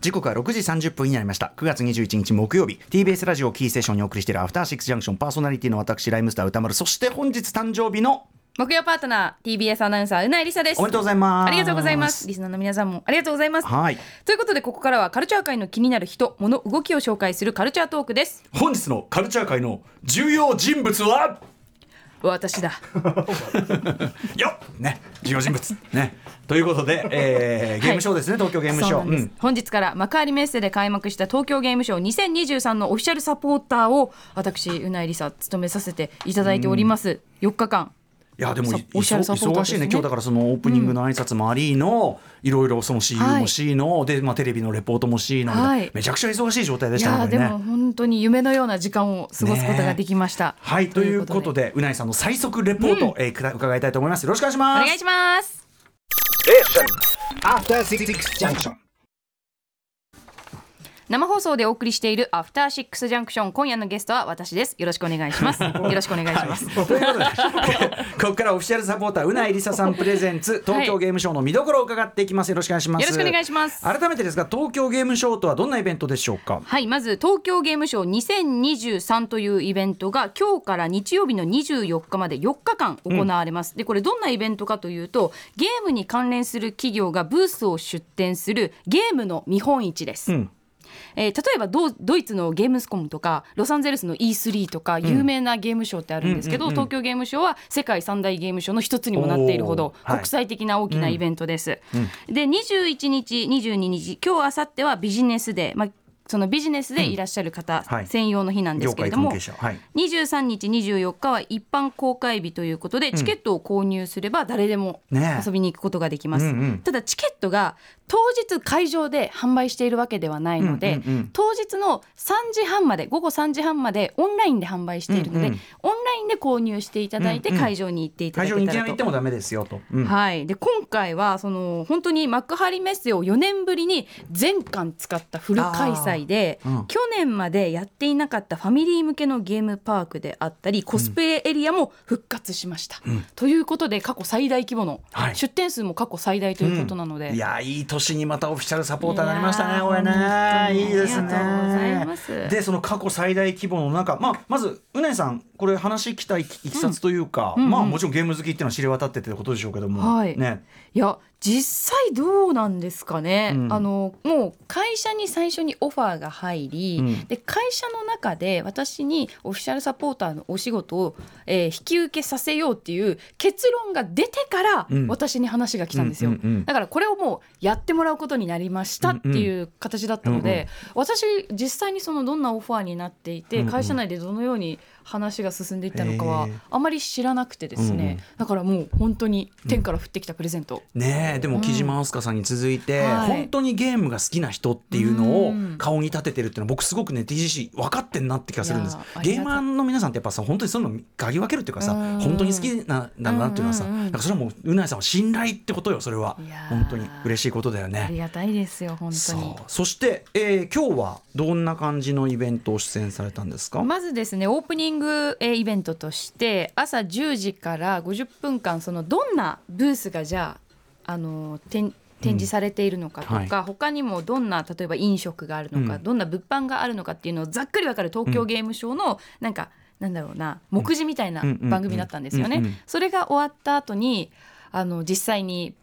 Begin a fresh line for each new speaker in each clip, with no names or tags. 時刻は6時30分になりました9月21日木曜日 TBS ラジオキーステーションにお送りしているアフターシックスジャンクションパーソナリティの私ライムスター歌丸そして本日誕生日の
木曜パートナー TBS アナウンサーうなえりさです
おめでとうございます
ありがとうございますリスナーの皆さんもありがとうございます
はい
ということでここからはカルチャー界の気になる人物動きを紹介するカルチャートークです
本日のカルチャー界の重要人物は
私だ
よっね重要人物ねということで、えー、ゲームショーですね、東京ゲームショ
そう
ー
なんです本日から幕張メッセで開幕した東京ゲームショー2023のオフィシャルサポーターを私うなえりさ務めさせていただいております4日間
いやでも
さ
い
おっしゃるサポーター
忙しいね
ですね
今日だからそのオープニングの挨拶もありの、いろいろその CU も C の、で、まあ、テレビのレポートも C の、
はい
めちゃくちゃ忙しい状態で
い
したね
や
こ
ー
れ
で
ね
も本当に夢のような時間を過ごすことができました、
はいということでうなぎさんの最速レポート、えーくら伺いたいと思いますよろしくお願いし
お
ます
願いします。
After Six Junction.
生放送でお送りしているアフターシックスジャンクション今夜のゲストは私ですよろしくお願いします よろしくお願いします、
はいということで ここからオフィシャルサポーターうないりささんプレゼンツ東京ゲームショーの見どころを伺っていきますよろしくお願いします
よろしくお願いします
改めてですが東京ゲームショーとはどんなイベントでしょうか
はいまず東京ゲームショー2023というイベントが今日から日曜日の24日まで4日間行われます、でこれどんなイベントかというとゲームに関連する企業がブースを出展するゲームの見本市です、
ん
えー例えばドドイツのゲームスコムとかロサンゼルスの E3 とか有名なゲームショーってあるんですけど、東京ゲームショーは世界三大ゲームショーの一つにもなっているほ
お
ど
ーはい
国際的な大きなイベントです。で21日22日今日明後日はビジネスデー、まあ、そのビジネスでいらっしゃる方
はい
専用の日なんですけれど
業
も、
界関係者はい
23日24日は一般公開日ということでチケットを購入すれば誰でも
ねえ
遊びに行くことができます、
うんうん
ただチケットが当日会場で販売しているわけではないので、
うんうんうん
当日の3時半まで午後3時半までオンラインで販売しているので、
うんうん
オンラインで購入していただいて
うんうん
会場に行っていただ
会場に
けたらと、
いきなり行ってもダメですよと、うん
はい、で今回はその本当に幕張メッセを4年ぶりに全館使ったフル開催で、
あーうん
去年までやっていなかったファミリー向けのゲームパークであったりコスプレエリアも復活しました。ということで過去最大規模の、
はい
出店数も過去最大ということなので。
いやーいい年にまたオフィシャルサポーターになりました
い
ね
やー
これ
本
ね
当に
いいですね
ありがとうございます
でその過去最大規模の中、まあ、まずうねさんこれ話聞きたいいきさつというか、まあもちろんゲーム好きっていうのは知れ渡っててことでしょうけども、
はい
ね
いや実際どうなんですかね、
うん
あのもう会社に最初にオファーが入り、
うん
で会社の中で私にオフィシャルサポーターのお仕事を、えー引き受けさせようっていう結論が出てから
うん
私に話が来たんですよ、
うんうんうん
だからこれをもうやってもらうことになりましたっていう形だったので、私実際にそのどんなオファーになっていて、
うんうん
会社内でどのように話が進んでいったのかは
へー
あまり知らなくてですね、だからもう本当に天から降ってきたプレゼント、
ねえでも木島明日香さんに続いて、
うんはい
本当にゲームが好きな人っていうの
う
を
ん
顔に立ててるっていうのは僕すごくね TGC 分かってんなって気がするんです
いやーあり
ゲ
が
ー
とう
マーの皆さんってやっぱさ本当にそういうの嗅ぎ分けるっていうかさ
うん
本当に好きなんだなっていうのはさ、
うんうんうん
だからそれはもううなえさんは信頼ってことよそれはい
やー
本当に嬉しいことだよ
あ
ね。
りがたいですよ本当に
そうそして、えー今日はどんな感じのイベントを出演されたんですか、
まずですねオープニングえーイベントとして朝10時から50分間そのどんなブースがじゃああのー展展示されているのかとか、
うんは
他にもどんな例えば飲食があるのか、
うん
どんな物販があるのかっていうのをざっくり分かる東京ゲームショウのなんか、なんだろうな目次みたいな
うん
番組だったんですよね。
うんうんうん
それが終わった後にあの実際に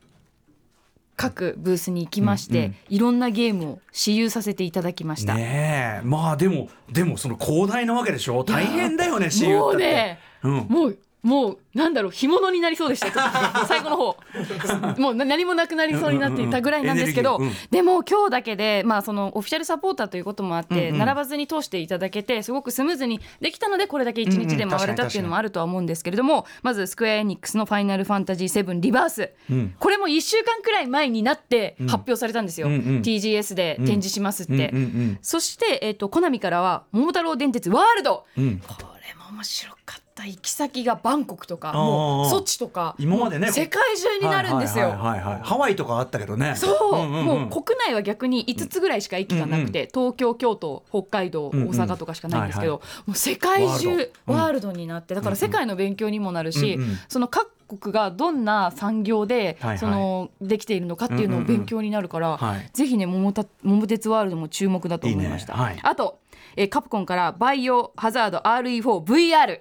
各ブースに行きまして、
うんうん
いろんなゲームを私有させていただきました。
ねえまあでもでもその広大なわけでしょ大変だよね CU
も
っ
う
て。
ね、
うん
もうもうなんだろう干物になりそうでした 最後の方もうな何もなくなりそうになっていたぐらいなんですけど、
うんうんうんエネ
でも今日だけで、まあ、そのオフィシャルサポーターということもあって、
うんうん
並ばずに通していただけてすごくスムーズにできたのでこれだけ1日で回れたっていうのもあるとは思うんですけれども、まずスクエア・エニックスの「ファイナルファンタジー7リバース」
うん
これも1週間くらい前になって発表されたんですよ、
うんうん
TGS で展示しますって。
うんうんうん
そして、えっとコナミからは「桃太郎電鉄ワールド」
うん
これも面白かっった行き先がバンコクとか
あー
もうソチとか
今までね
もう世界中になるんです
はい
よ。
はいはいはいハワイとかあったけどね
そう,、
んんん
もう国内は逆に5つぐらいしか駅がなくて、東京京都北海道
うんうん
大阪とかしかないんですけど、もう世界
ワール
中
ドうん
ワールドになってだから世界の勉強にもなるし、
うんうん
その各国がどんな産業で、
はいはい
そのできているのかっていうのを勉強になるから、
はい
ぜひね桃た桃鉄ワールドも注目だと思いました。
いいねはい
あと、えーカプコンからバイオハザード RE4VR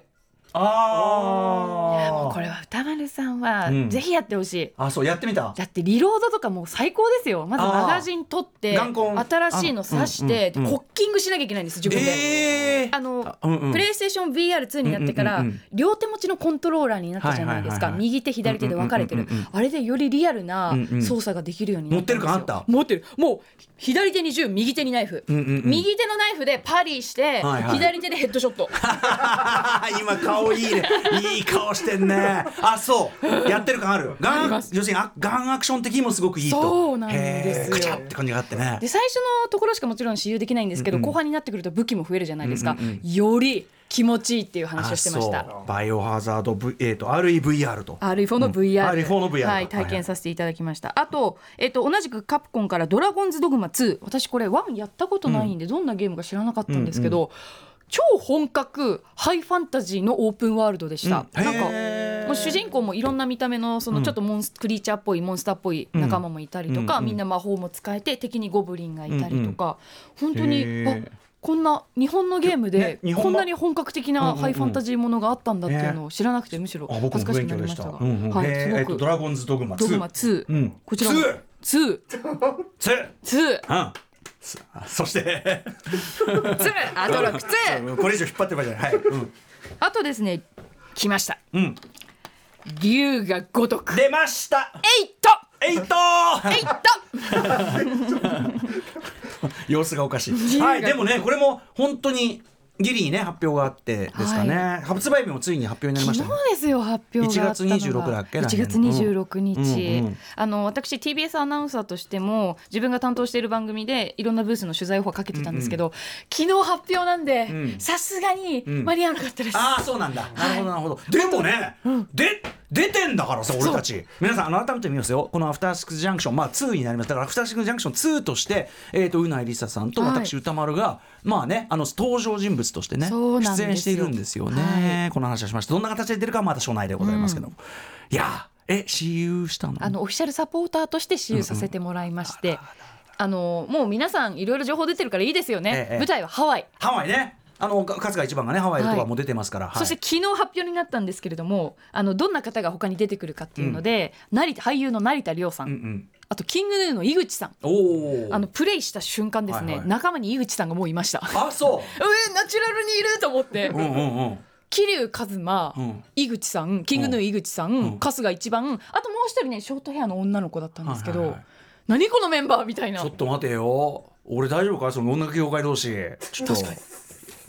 ああ
もうこれは歌丸さんは、
うん
ぜひやってほしい。
あそうやってみた
だってリロードとかもう最高ですよまず
あー
マガジン取って
眼根
新しいの挿して
あのうんうんうん
コッキングしなきゃいけないんです自分で。
ええ
あの
うんうん
プレイステーション VR2 になってから、
うんうんうん
両手持ちのコントローラーになったじゃないですか、
はいはいはいはい
右手左手で分かれてる、
うんうんうんうん
あれでよりリアルな
うんうん
操作ができるようになったんですよ
持ってる感あった
持ってるもう左手に銃右手にナイフ、
うんうんうん
右手のナイフでパリして、
はいはい
左手でヘッドショット
今顔いいねいい顔してんねあそうやってる感あるガン要するにあガンアクション的にもすごくいいと
そうなんですよ
へーガチャって感じがあってね
で最初のところしかもちろん使用できないんですけど、
うんうん
後半になってくると武器も増えるじゃないですか、
うんうん
より気持ちいいっていう話をしてました
あ。そうバイオハザード、V えー、と REVR と
R4 の VR、
うん R4 の VR
はい、体験させていただきました、あと,、えっと同じくカプコンから「ドラゴンズ・ドグマ2」私これ1やったことないんで、どんなゲームか知らなかったんですけど、超本格ハイファンタジーのオープンワールドでした、
うん
なんか
へー
もう主人公もいろんな見た目のそのちょっとモンス、クリーチャーっぽいモンスターっぽい仲間もいたりとか、
うん
みんな魔法も使えて敵にゴブリンがいたりとか、本当
へ
に
ー
あこんな日本のゲームで
ね日本
こ
版
んなに本格的
うんう
なん
うん
ハイファンタジーものがあったんだっていうのを知らなくてむしろ
あ
恥
僕
ず
も
か
不
しく
勉
な
強でし
りました
た
が、
うんうん
はい
えーえ
す
ーと
ごく、
ドラゴンズドグマ
ドグ
2
マ2、
うん
こちらも
2
2、
2
2、
うんそそして
2、アトロック 2。
これ以上引っ張ってる場合じゃない、はい、うん
あとですね、来ました。
うん、
竜が如 く。
出ました
えいっと、
えいっと
えいっ と。
様子がおかし
自
い。
由が
はい、でもね、これも本当にギリにね、発表があってですかね。
は
発売日もついに発表になりまし
昨
たね。
日ですよ発表があったのが
1月26だっけ
1月
来年
26日、
うんうんうん
あの私 TBS アナウンサーとしても自分が担当している番組でいろんなブースの取材オファーかけてたんですけど、昨日発表なんで
うん
さすがに
うん
間に合わなかったです、
ああ、そうなんだ。なるほど、なるほど。でもね、で、出てんだからさ、俺たち。皆さん、あの改めて見ますよ。このアフターシックスジャンクション、まあ、2になります。だから、アフターシックスジャンクション2として、えっ、と、うないりささんと
はい
私、歌丸が、まあね、あの、登場人物としてね、
そうなんです
出
よ
演しているんですよね。この話はしました。どんな形で出るかはまた初内でございますけども。いやー、え、私有したの
あのオフィシャルサポーターとして使用させてもらいまして、あのもう皆さんいろいろ情報出てるからいいですよね、
ええ
舞台はハワイ、
ハワイね。あの、か春日一番がね、ハワイとかも出てますから。はい
そして昨日発表になったんですけれどもあのどんな方が他に出てくるかっていうので、成田俳優の成田凌さん、
うんうん。
あとキングヌーの井口さん
おお。
あのプレイした瞬間ですね、
はいはい
仲間に井口さんがもういま した。
あ、そう
え。ー、ナチュラルにいると思って
うんうんうん。
桐生一馬、
うん
井口さんキングヌー井口さん、
ん
春日一番あともう一人ねショートヘアの女の子だったんですけど、
はいはいはい
何このメンバーみたいな
ちょっと待てよ。俺大丈夫か、その音楽業界同士。ちょっと。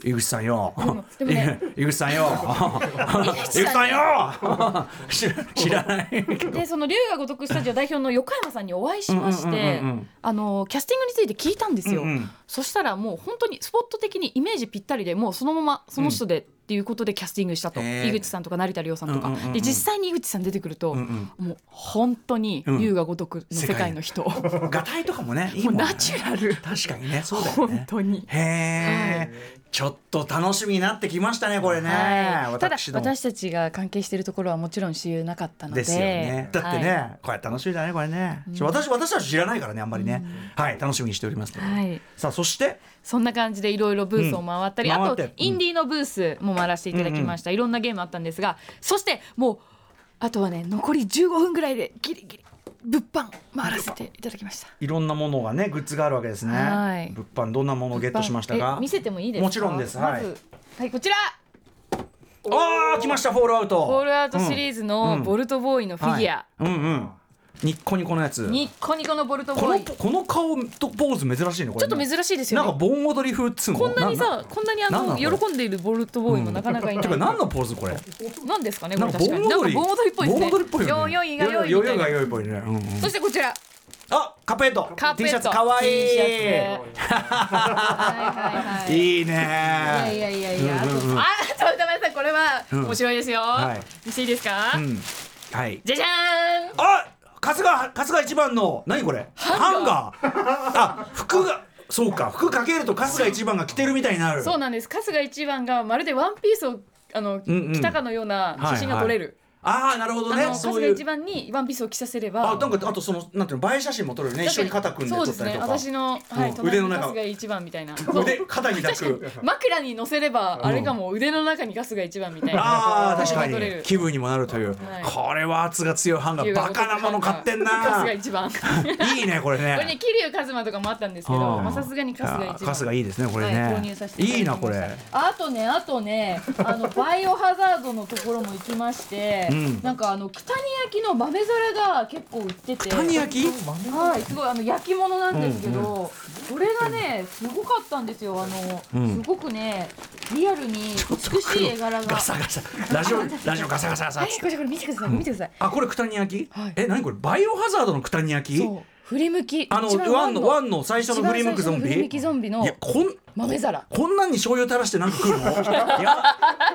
井口さんよ
も。でもね
井口さんよ。井口さんよ。 知ら知らない。
でその龍が如くスタジオ代表の横山さんにお会いしまし
うんうん
て
うんうんうん
あのキャスティングについて聞いたんですよ、
うんうん
そしたらもう本当にスポット的にイメージぴったりでもうそのままその人で、っていうことでキャスティングしたと、
へー
井口さんとか成田凌さんとか、
うんうんうんうん
で実際に井口さん出てくると、
ん
もう本当に龍が如くの世界の人、
ガタイとかもね、いいも
もうん
ね
ナチュラル
確かにね、そうだよ
本
ね。
当に。
へえ。ちょっと楽しみになってきましたね、これね
は。い、ただ
私ども
私たちが関係しているところはもちろん私有なかったので
ですよね。だってね、
はい
これ楽しみだね、これね。私、私たち知らないからね、あんまりね。はい、楽しみにしておりますので。
はい
さあ、そして、
そんな感じでいろいろブースを回ったり、
うん
あ
回
と
ってうん
インディーのブースも回らせていただきました、いろんなゲームあったんですがそしてもうあとはね残り15分ぐらいでギリギリ物販回らせていただきました
いろんなものがね、グッズがあるわけですね。
はい
物販、どんなものをゲットしましたか。
え見せてもいいですか
もちろんです。はい。
まずはいこちら
ああ、来ました、フォールアウト。
ホールアウトシリーズのボルトボーイのフィギュア、
うん、はいうんうん。ニッコニコのやつ。
ニッコニコのボルト
こ
ボー
の、
イ
この顔とポーズ珍しいね、こ
ちょ
れ
っ
ね、
と珍しいです
な
よ
んか
ね
盆踊り風っつうの。
こんなに
な
さ、こんなに
な
あ
んな
の
んだろう
喜んでいるボルトボーイもなかなかい
な
ない。
てか、何のポーズ、これ。
なんですかね、こ
なん
れ
か
確
盆
か
踊
に。
り。
なんか盆踊りっぽいですね。
盆踊りっぽいよね。
よいよいがよいみたいな
よよがよいっぽいね。うんうん
そしてこちら、
あ、カペット
カペ
T
ット
シャツかわい
T
い
シャツねはいはい はい
いいね
いやいやいや、あ
うんうんうん
あ、ちょっと待って、これは面白いですよ。
はい
見していいですか、
うんはい
じゃじゃーん。
あ春日春日一番の何これハンガーあ服がそうか服かけると春日一番が着てるみたいになる
そうなんです。春日一番がまるでワンピースを、あの、
んうん
着たかのような写真が撮れる。
ああなるほどね
あの、
そうい
春日一
う
番にワンピースを着させれば。
あなんかあとそのなんていうの映え写真も撮れるね一緒に肩組んで撮
そう
っ
です
たり
ね。
とか
私の、はい、
うん
隣
腕の
に
中
春日一番みたいな。
腕肩に抱く
枕に乗せれば、あれかも、腕の中に春日一番みたいな。
あー確か
撮れる
に気分にもなるという、
はい
これは圧が強いハンガーバカなもの買ってんな
春日一番。こ
いいねこれね
れね、桐生一馬とかもあったんですけど、
うん
まあさすがに春日一番。
春日いいですねこれね、
はい、購入させていただ
い
き
な
ました
これ
あとねあとねあ のバイオハザードのところも行きまして、
うん
なんかあの九谷焼きの豆皿が結構売ってて
谷焼き
はいすごいあの焼き物なんですけど、これがねすごかったんですよあの、
うん
すごくねリアルに美しい絵柄が
ガサガサラ ジオラジオガサガサガサ
はいこれこれ見てください見てください、
あこれ九谷焼き、
はい
え何これバイオハザードの九谷焼き
そう振り向き
あの
一番
ワンのワンの最初の振り向くゾン
一番最初の振り向
ビ
きゾンビの
いやこん
豆皿
こんなんに醤油垂らしてなんか食うの いや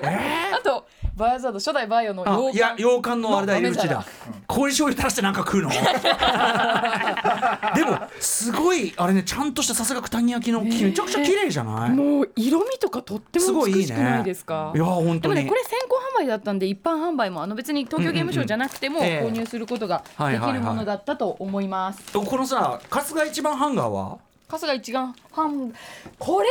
え
あとバイオハザード初代バイオの
ー、あ
洋
いや
館
洋館のあれだ
の
入り口だ
豆
これ醤油垂らしてなんか食うの でもすごいあれねちゃんとしたさすが九谷焼きの木めちゃくちゃ綺麗じゃない、
もう色味とかとって
す
も
ごいいいね
美しくないですか
いや本
で
当
も
に
ねこれ先行販売だったんで一般販売もあの別に東京ゲームショウじゃなくても
うんうんうん
購入することが
ええ
できるも
はいはいは
の
い
だったと思います、
このさ春日一番ハンガーは
春日一眼販これ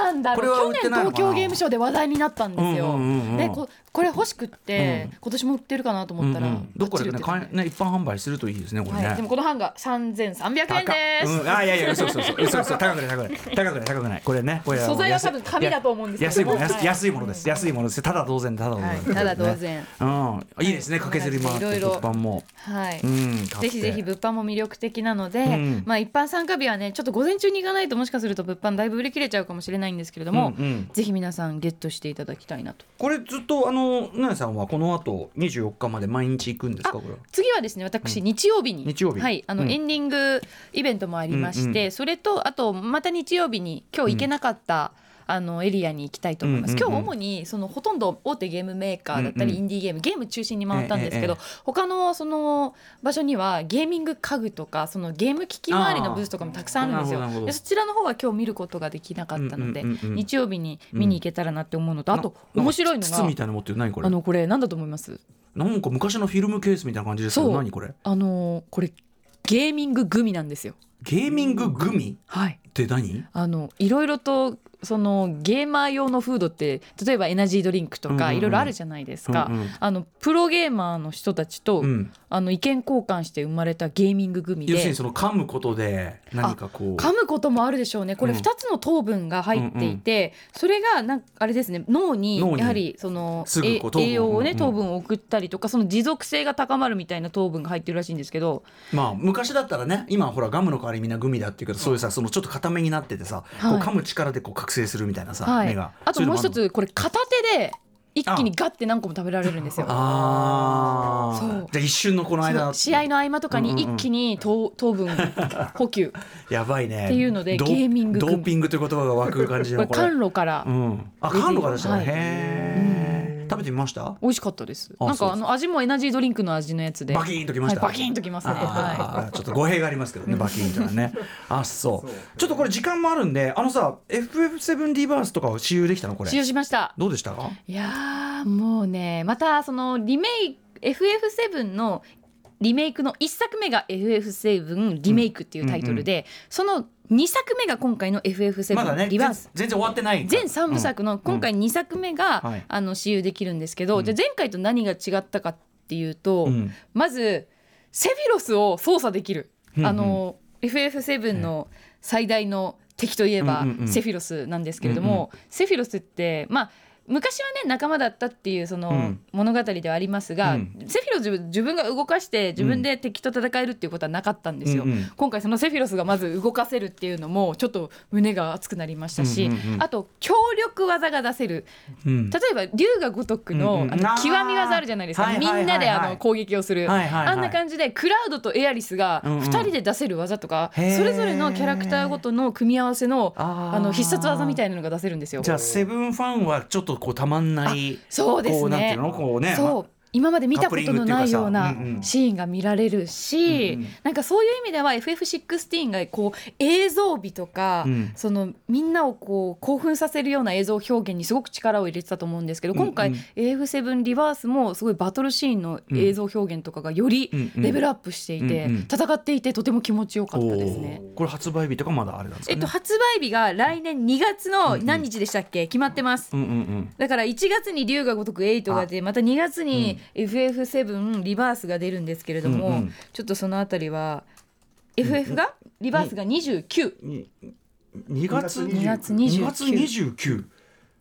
どうなんだ
これは
ろう
売っ
去
て
年
ないの
東
かな
京ゲームショウで話題になったんですよ、
うんうんうんうん
ねここれ欲しくって、今年も売ってるかなと思ったら、
うんうんどっかでね
バッチリ売って
買えね一般販売するといいですねこれ
た
ね、
はい、でもこのハンガー3300円
高
で
っ
す、
うん、あいやいや嘘嘘嘘嘘嘘高くない高くない高くない高くないこれねこれ
素材は多分紙だと思うんですけ
安い
ど
もん
は
安
い
い安いものです安いものですただ同然ただ同然、
はいただ同然
うんいいですね駆けずり回って
いろいろ
物販も
はい、
うん
ぜひぜひ
買って
物販も魅力的なので、
ん
まあ一般参加日はねちょっと午前中に行かないともしかすると物販だいぶ売り切れちゃうかもしれないんですけれども、
うんうん
ぜひ皆さんゲットしていただきたいなと
これずっとあのなやさんはこの後二十四日まで毎日行くんですかこれは
次はですね私日曜日に、
日曜日
はいあの、
うん
エンディングイベントもありまして、
うん
それとあとまた日曜日に今日行けなかった、あのエリアに行きたいと思います、
うんうんうん
今日主にそのほとんど大手ゲームメーカーだった
うんうん
りインディーゲームゲーム中心に回ったんですけ
え
ど、
え
他のその場所にはゲーミング家具とかそのゲーム機器周りのブースとかもたくさんあるんです
あーなるほどな
よで
るほ
そちらの方は今日見ることができなかったので、
うんうんうんうん
日曜日に見に行けたらなって思うのと、あと
な
面白いの
筒みた
が
いなの持ってる何これ
あのこれ何だと思います
なんか昔のフィルムケースみたいな感じですけ
そ
ど
う
何これ
あのーこれゲーミンググミなんですよ。
ゲーミンググミ
はい。
って何
あのいろいろとそのゲーマー用のフードって例えばエナジードリンクと
うんうん
か
うん
いろいろあるじゃないですか。
うんうん
あのプロゲーマーの人たちと、
うん
あの意見交換して生まれたゲーミンググミ
要するに
で。
その噛むことで何かこう
噛むこともあるでしょうねこれ
うん
2つの糖分が入っていて、それがなんかあれですね脳に
脳に
やはりその
すぐ
え
こう糖分を
栄養をね
うん
糖分を送ったりとかその持続性が高まるみたいな糖分が入ってるらしいんですけど
まあ昔だったらね今ほらガムの代わりみんなグミだっていうけどそういうさそのちょっと固めになっててさ、
はい
こう噛む力でこう覚醒するみたいなさ、
はい
目が、
あともう一
そいの
つこれ片手で一気にガッて何個も食べられるんですよ。
もあるの
そ
あ
う
ーじゃあ一瞬のこの
そ
間
の試合の合間とかに一気に糖糖分 補給
やばいね
っていうので
ド
ゲーミング
ド
グミ
ーピングという言葉が湧く感じ
こ
の
れ
これ
甘露から
うん、あ缶の形だ、
はい
へえ、食べてみました
美味しかったです。
あ
なん
そう
かあの味もエナジードリンクの味のやつで
バキーンときました、
はいバキーンときますね
あー
は
ちょっと語弊がありますけどねバキーンとはねあそうちょっとこれ時間もあるんであのさ FF7 リバースとかを使用できたのこれ
使用しました。
どうでしたか
いやーもうねまたそのリメイク FF7 のリメイクの1作目が FF7 リメイクっていうタイトルで、その2作目が今回の
まだ
FF7
ね
リバース
全全然終わってない
全3部作の今回2作目が、
はい
あの私有できるんですけど、じゃあ前回と何が違ったかっていうと、
うん
まずセフィロスを操作できる、あの FF7 の最大の敵といえば
うんうんうん
セフィロスなんですけれども、セフィロスってまあ昔はね仲間だったっていうその、
うん
物語ではありますが、
うん
セフィロス自分が動かして自分で敵と戦えるっていうことはなかったんですよ、
うんうん
今回そのセフィロスがまず動かせるっていうのもちょっと胸が熱くなりましたし、
うんうんうん
あと強力技が出せる
うん
例えば龍が如くの,、
うんうん
あの
あー
極み技あるじゃないですか、
はいはいはいはい
みんなであの攻撃をする、
はいはいはい
あんな感じでクラウドとエアリスが
うんうん
2人で出せる技とか、
へー
それぞれのキャラクターごとの組み合わせの
あ
あ
ー
の必殺技みたいなのが出せるんですよ。
じゃあセブンファンはちょっとこうたまんない
そうですね
こうなんていうのこうね
そう今まで見たことのないよう
カッ
な
プリングっていうかさうんうん
シーンが見られるし、
うんうん
なんかそういう意味では FF16 がこう映像美とか、
うん
そのみんなをこう興奮させるような映像表現にすごく力を入れてたと思うんですけど今回
うん
AF7 リバースもすごいバトルシーンの映像表現とかがより
うんうん
レベルアップしていて、
うんうん
戦っていてとても気持ちよかったですね。
おーこれ発売日とかまだあれなんです
え
か
っ
ね
と、発売日が来年2月の何日でしたっけ決まってます。
うんうんうん
だから1月に龍が如く8が出また2月に FF7 リバースが出るんですけれども、
うんうん
ちょっとそのあたりは FF が、リバースが29、
に2月
2月
2月
29
29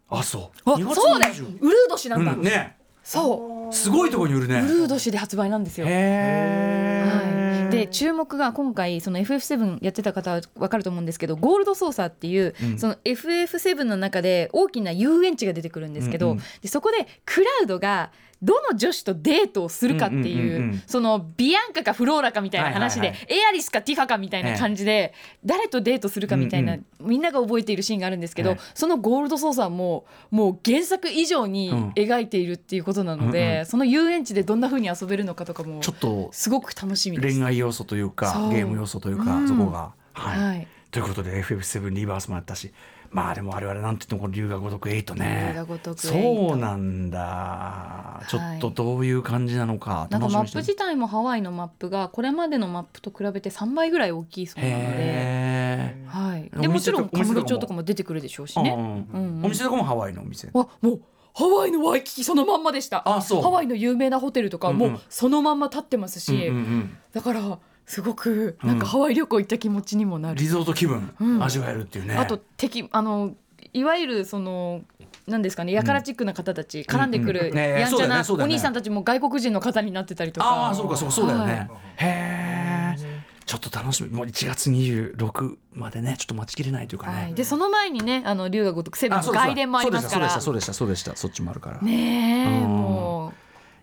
あそう
あ
2月
そうだよ
29
ウルー年なんだ、
うんね
そう
すごいとこに売る
ウ
ね
ルー年で発売なんですよ。
へ
はい、
ー
で注目が今回その FF7 やってた方は分かると思うんですけどゴールドソーサーっていう、
うん
その FF7 の中で大きな遊園地が出てくるんですけど、
うんうん
でそこでクラウドがどの女子とデートをするかっていう,、
うんうんうんうん
そのビアンカかフローラかみたいな話
は
で、
いは
エアリスかティファかみたいな感じで、誰とデートするかみたいな、
うん
みんなが覚えているシーンがあるんですけど、
はい
そのゴールドソーサーももう原作以上に描いているっていうことなので、
うんう
その遊園地でどんな風に遊べるのかとかも
ちょっと
すごく楽しみです。
恋愛要素という
そ
か
う
ゲーム要素という
う
か
ん
そこがはい、
はい。
ということで FF7 リバースもやったしまあでも我々なんて言ってもこの龍が如く8
龍
ね
が如く8
そうなんだちょっとどういう感じなのか
なんか
楽し
マ
みにし
ップ
てる
自体もハワイのマップがこれまでのマップと比べて3倍ぐらい大きいそうなので、
へえ
はい。
お店
でもちろ
と
ん
かお
小
店とかも
室町とかも出てくるでしょうしね。
うんうん
うん
お店とかもハワイのお店
あもうハワイのワイキキそのまんまでした。
あそう
ハワイの有名なホテルとかも
うんう
うんそのまんま立ってますし、
うんうん
だからすごくなんかハワイ旅行行った気持ちにも
う
な
ん
る。
リゾート気分
うん
味わえるっていうね
あと敵あのいわゆるそのなんですかねやからチックな方たち、絡んでく
うんう
る
んねえ
やん
そ
ち
うだ
ゃ
よ
な
ねそ
お
うだよね
兄さんたちも外国人の方になってたりとか。
ああそうかそうかそうだよ
は
ね
い
へえちょっと楽しみもう1月26までねちょっと待ちきれないというか
はい、
ね
でその前にねあの龍が如くセブン
あ
の
そうです
外伝もありますから
そうでしたそうでしたそうでしたそっちもあるから
ねえ
うん
も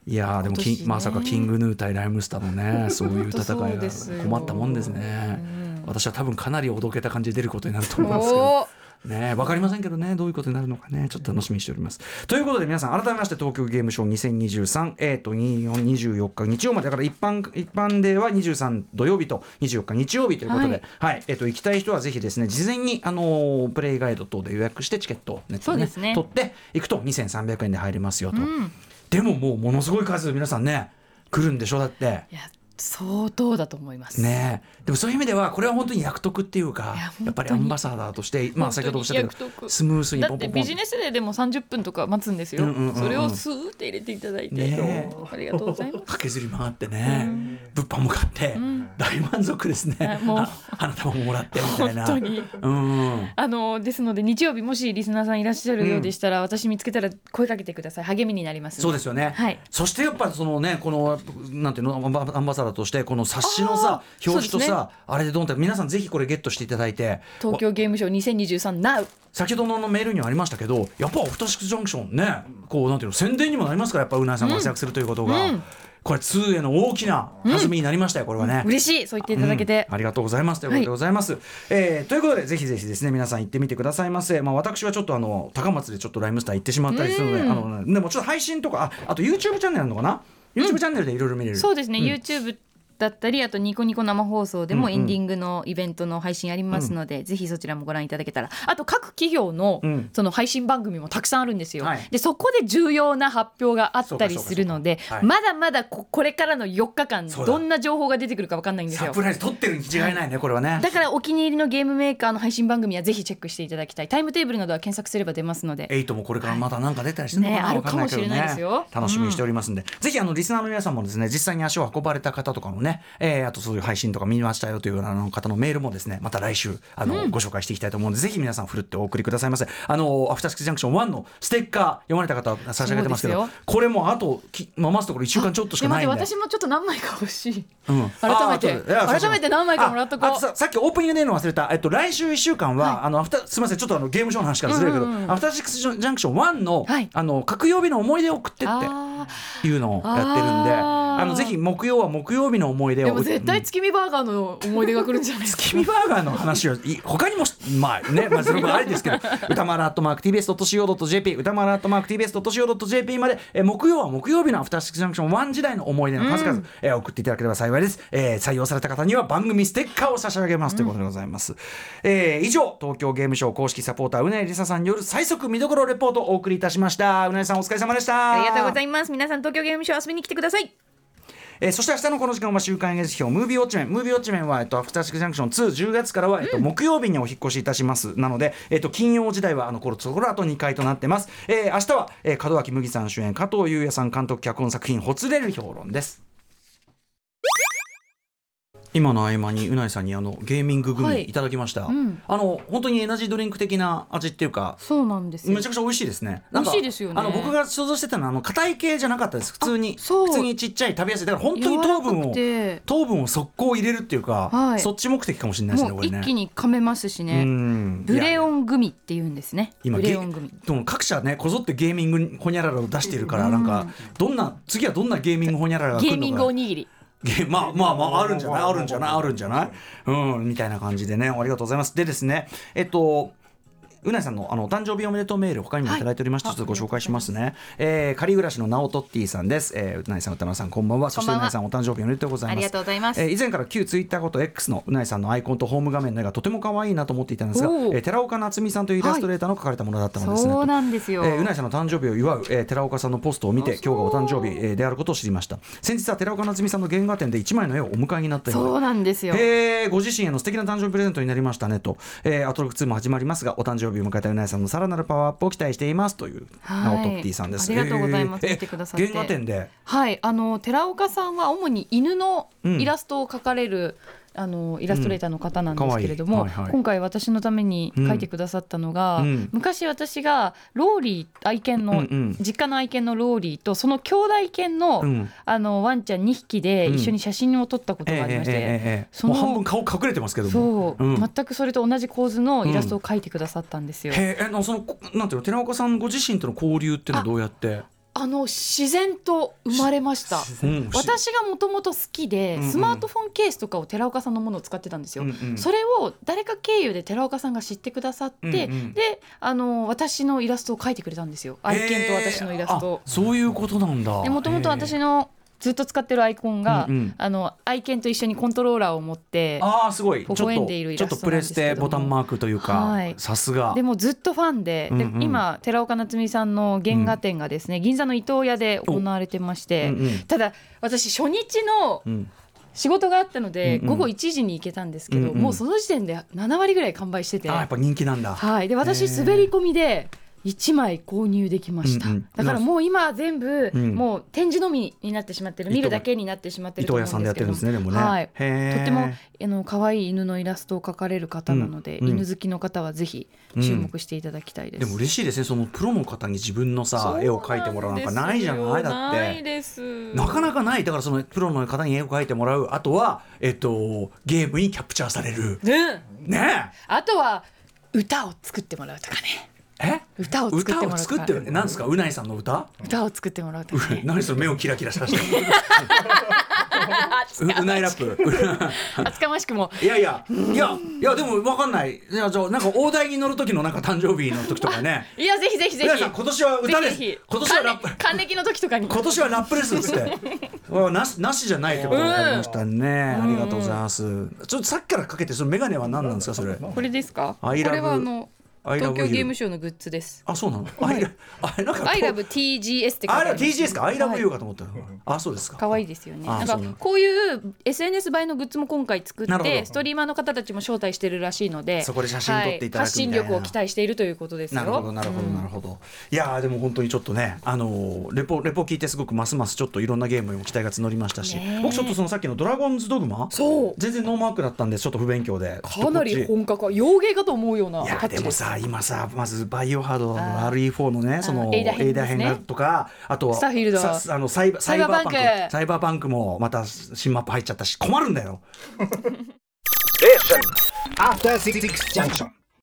いやーでもキン
今年ね
まさかキングヌー対ライムスターの ねそういう戦い
本当そう
が
ですよ
困ったもんですね私は多分かなりおどけた感じで出ることになると
う
思いますけど
おー
ねわかりませんけどねどういうことになるのかねちょっと楽しみにしておりますということで皆さん改めまして東京ゲームショー2023えっ、と24 24日日曜までだから一般一般では23土曜日と24日日曜日ということでは
はいい、
えっ、と行きたい人はぜひですね事前にあのープレイガイド等で予約してチケットをネットで,、
そうですね
取って行くと2300円で入れますよと、
うん
でももうものすごい数皆さんね来るんでしょだって
いや相当だと思います
ねえでもそういう意味ではこれは本当に役得っていうか
い
や
や本当に
っぱりアンバサダーとしてまあ先ほどおっしゃったけ
本当に役
ど
得
スムースに
だ
ポ
っ
ンポ
て
ンポン
ビジネスデーでも30分とか待つんですよ、
うんうんうんうん
それをスーって入れていただいて、
ねえ
ありがとうございます
駆けずり回ってね、物販も買って、大満足ですね
あもう
あ花束ももらってみたいな
本当に
うん
あのですので日曜日もしリスナーさんいらっしゃるようでしたら、私見つけたら声かけてください励みになります
そうですよね、
はい
そしてやっぱそのねこのなんていうのアンバアンバサダーとしてこの冊子のさ
あー
表紙と
そうですね
さ、あれでどんって皆さんぜひこれゲットしていただいて
東京ゲームショウ2023 NOW
先ほどのメールにはありましたけどやっぱアフターシックスジャンクションねこうなんていうの宣伝にもなりますからやっぱうなえさんが活躍するということが、
うん
これ2への大きな弾みになりましたよこれはね。
嬉しいそう言っていただけて、
うんありがとうございますということでございます、えーということでぜひぜひですね皆さん行ってみてくださいませ、まあ、私はちょっとあの高松でちょっとライムスター行ってしまったりするので、
うん
あのでもちょっと配信とかああと YouTube チャンネルあるのかな YouTube チャンネルでいろいろ見れる、
そうですね、
うん
YouTube だったりあとニコニコ生放送で
うん
も
うん
エンディングのイベントの配信ありますので、ぜひそちらもご覧いただけたらあと各企業の
うん
その配信番組もたくさんあるんですよ、
はい
でそこで重要な発表があったりするの
そう、
で
かそうかそうかはい
まだまだここれからの4日間
そうだ
どんな情報が出てくるか分かんないんです
サ
よ
プライズ撮ってるに違いないねこれはね
だからお気に入りのゲームメーカーの配信番組はぜひチェックしていただきたいタイムテーブルなどは検索すれば出ますので
エイトもこれからまたなんか出たりしてるのかな、
ね
わんけど
あるかもしれないですよ
楽しみにしておりますんで、ぜひあのリスナーの皆さんもですね実際に足を運ばれた方とかのね、ね、えーあとそういう配信とか見ましたよというあの方のメールもですねまた来週あの、ご紹介していきたいと思うのでぜひ皆さんふるってお送りくださいませあのアフターシックスジャンクション1のステッカー読まれた方は差し上げてますけ
そう
ど
です
これもあとき、まあ、回すところ1週間ちょっとしかないんで
待って私もちょっと何枚か欲しい、
うん
改めて
ああといやそうそう
改めて何枚かもらっとこう
ああささっきオープニングで言うの忘れた、えっと、来週1週間は、あのアフターすみませんちょっとあのゲームショーの話からずれるけど、アフターシックスジャンクション1の,、
はい
あの各曜日の思い出を送ってっ
あ
ていうのをやってるんであ
あー
のぜひ木曜は木曜日の思い出
ー
を
でも絶対
うん
月見バーガーの思い出が来るんじゃないですか
月見バーガーの話はい他にもしまあねまあそれもあれですけど 歌丸アットマーク TBS.CO.JP 歌丸アットマーク TBS.CO.JP まで、えー木曜は木曜日のアフターシックスジャンクション1時代の思い出の数々、えー送っていただければ幸いです、えー採用された方には番組ステッカーを差し上げますということでございます、えー以上東京ゲームショウ公式サポーターうなえりささんによる最速見どころレポートをお送りいたしましたうなえさんお疲れ様でした
ありがとうございます皆さん東京ゲームショウ遊びに来てください
えーそして明日のこの時間は週刊映像表ムービーウォッチメンムービーウォッチメンは、えっと、アフターシックスジャンクション2 10月からは、えっと、木曜日にお引っ越しいたしますなので、えっと、金曜時代はあの頃ところあと2回となってます、えー明日は、えー門脇麦さん主演加藤優也さん監督脚本作品「ほつれる評論」です今の合間にうないさんにあのゲーミンググ
は
ミ
い
いただきました、
ん
あの本当にエナジードリンク的な味っていうか
そうなんですよ
めちゃくちゃ美味しいですね。なんか
美味しいですよね
あの僕が想像してたのはあの硬い系じゃなかったです。普通に
あそう
普通にちっちゃい食べやすいだから本当に糖分
柔らか
を
くて
糖分を速攻入れるっていうか、
はい
そっち目的かもしれないですね。
も
こ
う
れ
一
ね
気に噛めますし
う
ね
ん
ブレ
いや
オングミって言うんですね
今
ブ
ゲ
レオングミ
でも各社ねこぞってゲーミングホニャララを出してるからなんかどんな次はどんなゲーミングホニャララが来
ゲ
るの
ーミ
か
ングおにぎり
げ まあまあまああるんじゃないあるんじゃないあるんじゃないうんみたいな感じでねありがとうございますでですねえっとうなえさんのあのお誕生日おめでとうメール他にもいただいておりまして、ちょっとご紹介しますね、えー、仮暮らしのナオトッティさんです、えー、うなえさん歌丸さんこんばんはそして
こんばん
うな
は
えさんお誕生日おめでとうございます
ありがとうございます
えー以前から旧ツイッターこと X のうなえさんのアイコンとホーム画面の絵がとても可愛いなと思っていたんですが、え
おー
ー、寺岡夏美さんというイラストレーターの描かれたものだったのですね、
そうなんですよ
えーうないさんの誕生日を祝う、えー寺岡さんのポストを見て
あ
今日がお誕生日、えーであることを知りました先日は寺岡夏美さんの原画展で1枚の絵をお迎えになったようで
そうなんですよ
へーご自身への素敵な誕生日プレゼントになりましたねと、えー、アトロック2も始まりますがお誕生日を迎えたうなえさんのさらなるパワーアップを期待していますという
はい
ナオトッティさんです
ありがとうございます
えー
見てくださって
え原画展で
はい、あの寺岡さんは主に犬のイラストを描かれる、あのイラストレーターの方なんですけれども、
うんかわいいはいはい
今回私のために描いてくださったのが、
うん
昔私がローリー愛犬の、
うんうん
実家の愛犬のローリーとその兄弟犬の、
うん
あのワンちゃん2匹で一緒に写真を撮ったこと
えーえ
があり
ーえ
まして、
ーえー
そ
も
の
う半分顔隠れてますけども
そう、
ん
全くそれと同じ構図のイラストを描いてくださったんですよ。
へーえのそのこなんていうの寺岡さんご自身との交流っていうのはどうやって、
あの自然と生まれました。
うん
私がもともと好きで、
うんうん
スマートフォンケースとかを寺岡さんのものを使ってたんですよ、
うんうん
それを誰か経由で寺岡さんが知ってくださって、
うんうん
であの私のイラストを描いてくれたんですよ愛犬と私のイラストを
えーあそういうことなんだ
でもともと私
えー
のずっと使ってるアイコンが、
うんうん
あの愛犬と一緒にコントローラーを持って
ああすごいちょっ
微
と
笑んでいるイ
ちょっ
ラス
と
ト
プレステボタンマークというか
はい
さすが
でもずっとファンで,で、
うんうん
今寺岡夏実さんの原画展がですね、銀座の伊東屋で行われてまして、
うんうん
ただ私初日の
うん
仕事があったので、
うんうん
午後1時に行けたんですけど、
うんうん
もうその時点で7割ぐらい完売して
あ
て、
ーやっぱ人気なんだ
はい、で
へ
私
ー
滑り込みで1枚購入できました、
うんうん
だからもう今全部、
うん
もう展示のみになってしまってる
伊藤
見るだけになってしまって
伊
ると
藤
思
屋
うんです
さんで
けど
やってるんですねでもね
はい
へー
とってもあの可愛い犬のイラストを描かれる方なので、
うんうん
犬好きの方はぜひ注目していただきたいです。
でも嬉しいですねそのプロの方に自分のさ絵を描いてもらうなんかないじゃないだって
ないです
なかなかないだからそのプロの方に絵を描いてもらうあとはえっとゲームにキャプチャーされる
うん
ね
あとは歌を作ってもらうとかね
ええ
歌を作っても
歌
らうと
を
か
作ってるなんですかうないさんの歌
歌を作ってもらうとかね
何それ目をキラキラさせてううないラップ
厚かましくも
いやいや、いや、いや、でも、わかんない、じゃあ、じゃあ、なんか大台に乗る時の、なんか誕生日の時とかね。
いやぜひぜひぜ
皆
ひ
さん、今年は歌です。
ぜひぜひ
今年はラップ。
還暦還暦の時とかに
今年はラップですっつって。うんなし、なしじゃないってことが分かりましたね。ありがとうございます。ちょっとさっきからかけて、その眼鏡は何なんですか、それ。
これですか
アイ
こ
ラブ
れはあの
I love
東京ゲー
you
ムショウのグッズです。
あそうなのあいらあれなんか
アイラブ TGS って書いて
あれ
あ
は
ります
TGS か I love you かと思ったのあそうですか
可愛いですよね。
あ
なん
そ
か
うなの
こういう SNS 映えのグッズも今回作
な
っ
るほど
てストリーマーの方たちも招待してるらしいので、
そこで写真撮っていただくみたいな
は発信力を期待しているということですよ。
なるほどなるほどなるほど、いやーでも本当にちょっとねあのーレポレポ聞いてすごくますますちょっといろんなゲームにも期待が募りましたし、
ねえ
僕ちょっとそのさっきの「ドラゴンズドグマ」
そう
全然ノーマークだったんでちょっと不勉強で
かなり
ちょっとこっち
本格は洋芸かと思うようない
や
タッ
で
チ
も
です。
さ今さまず「バイオハード」の
あ
RE4 のねその
エイダ編ですね
エイダ編がとかあとは
スターフィールド
さあのサイバ
サイバーパンク
サイバーパンクサイバーパンクもまた新マップ入っちゃったし困るんだよ
After Six Junction.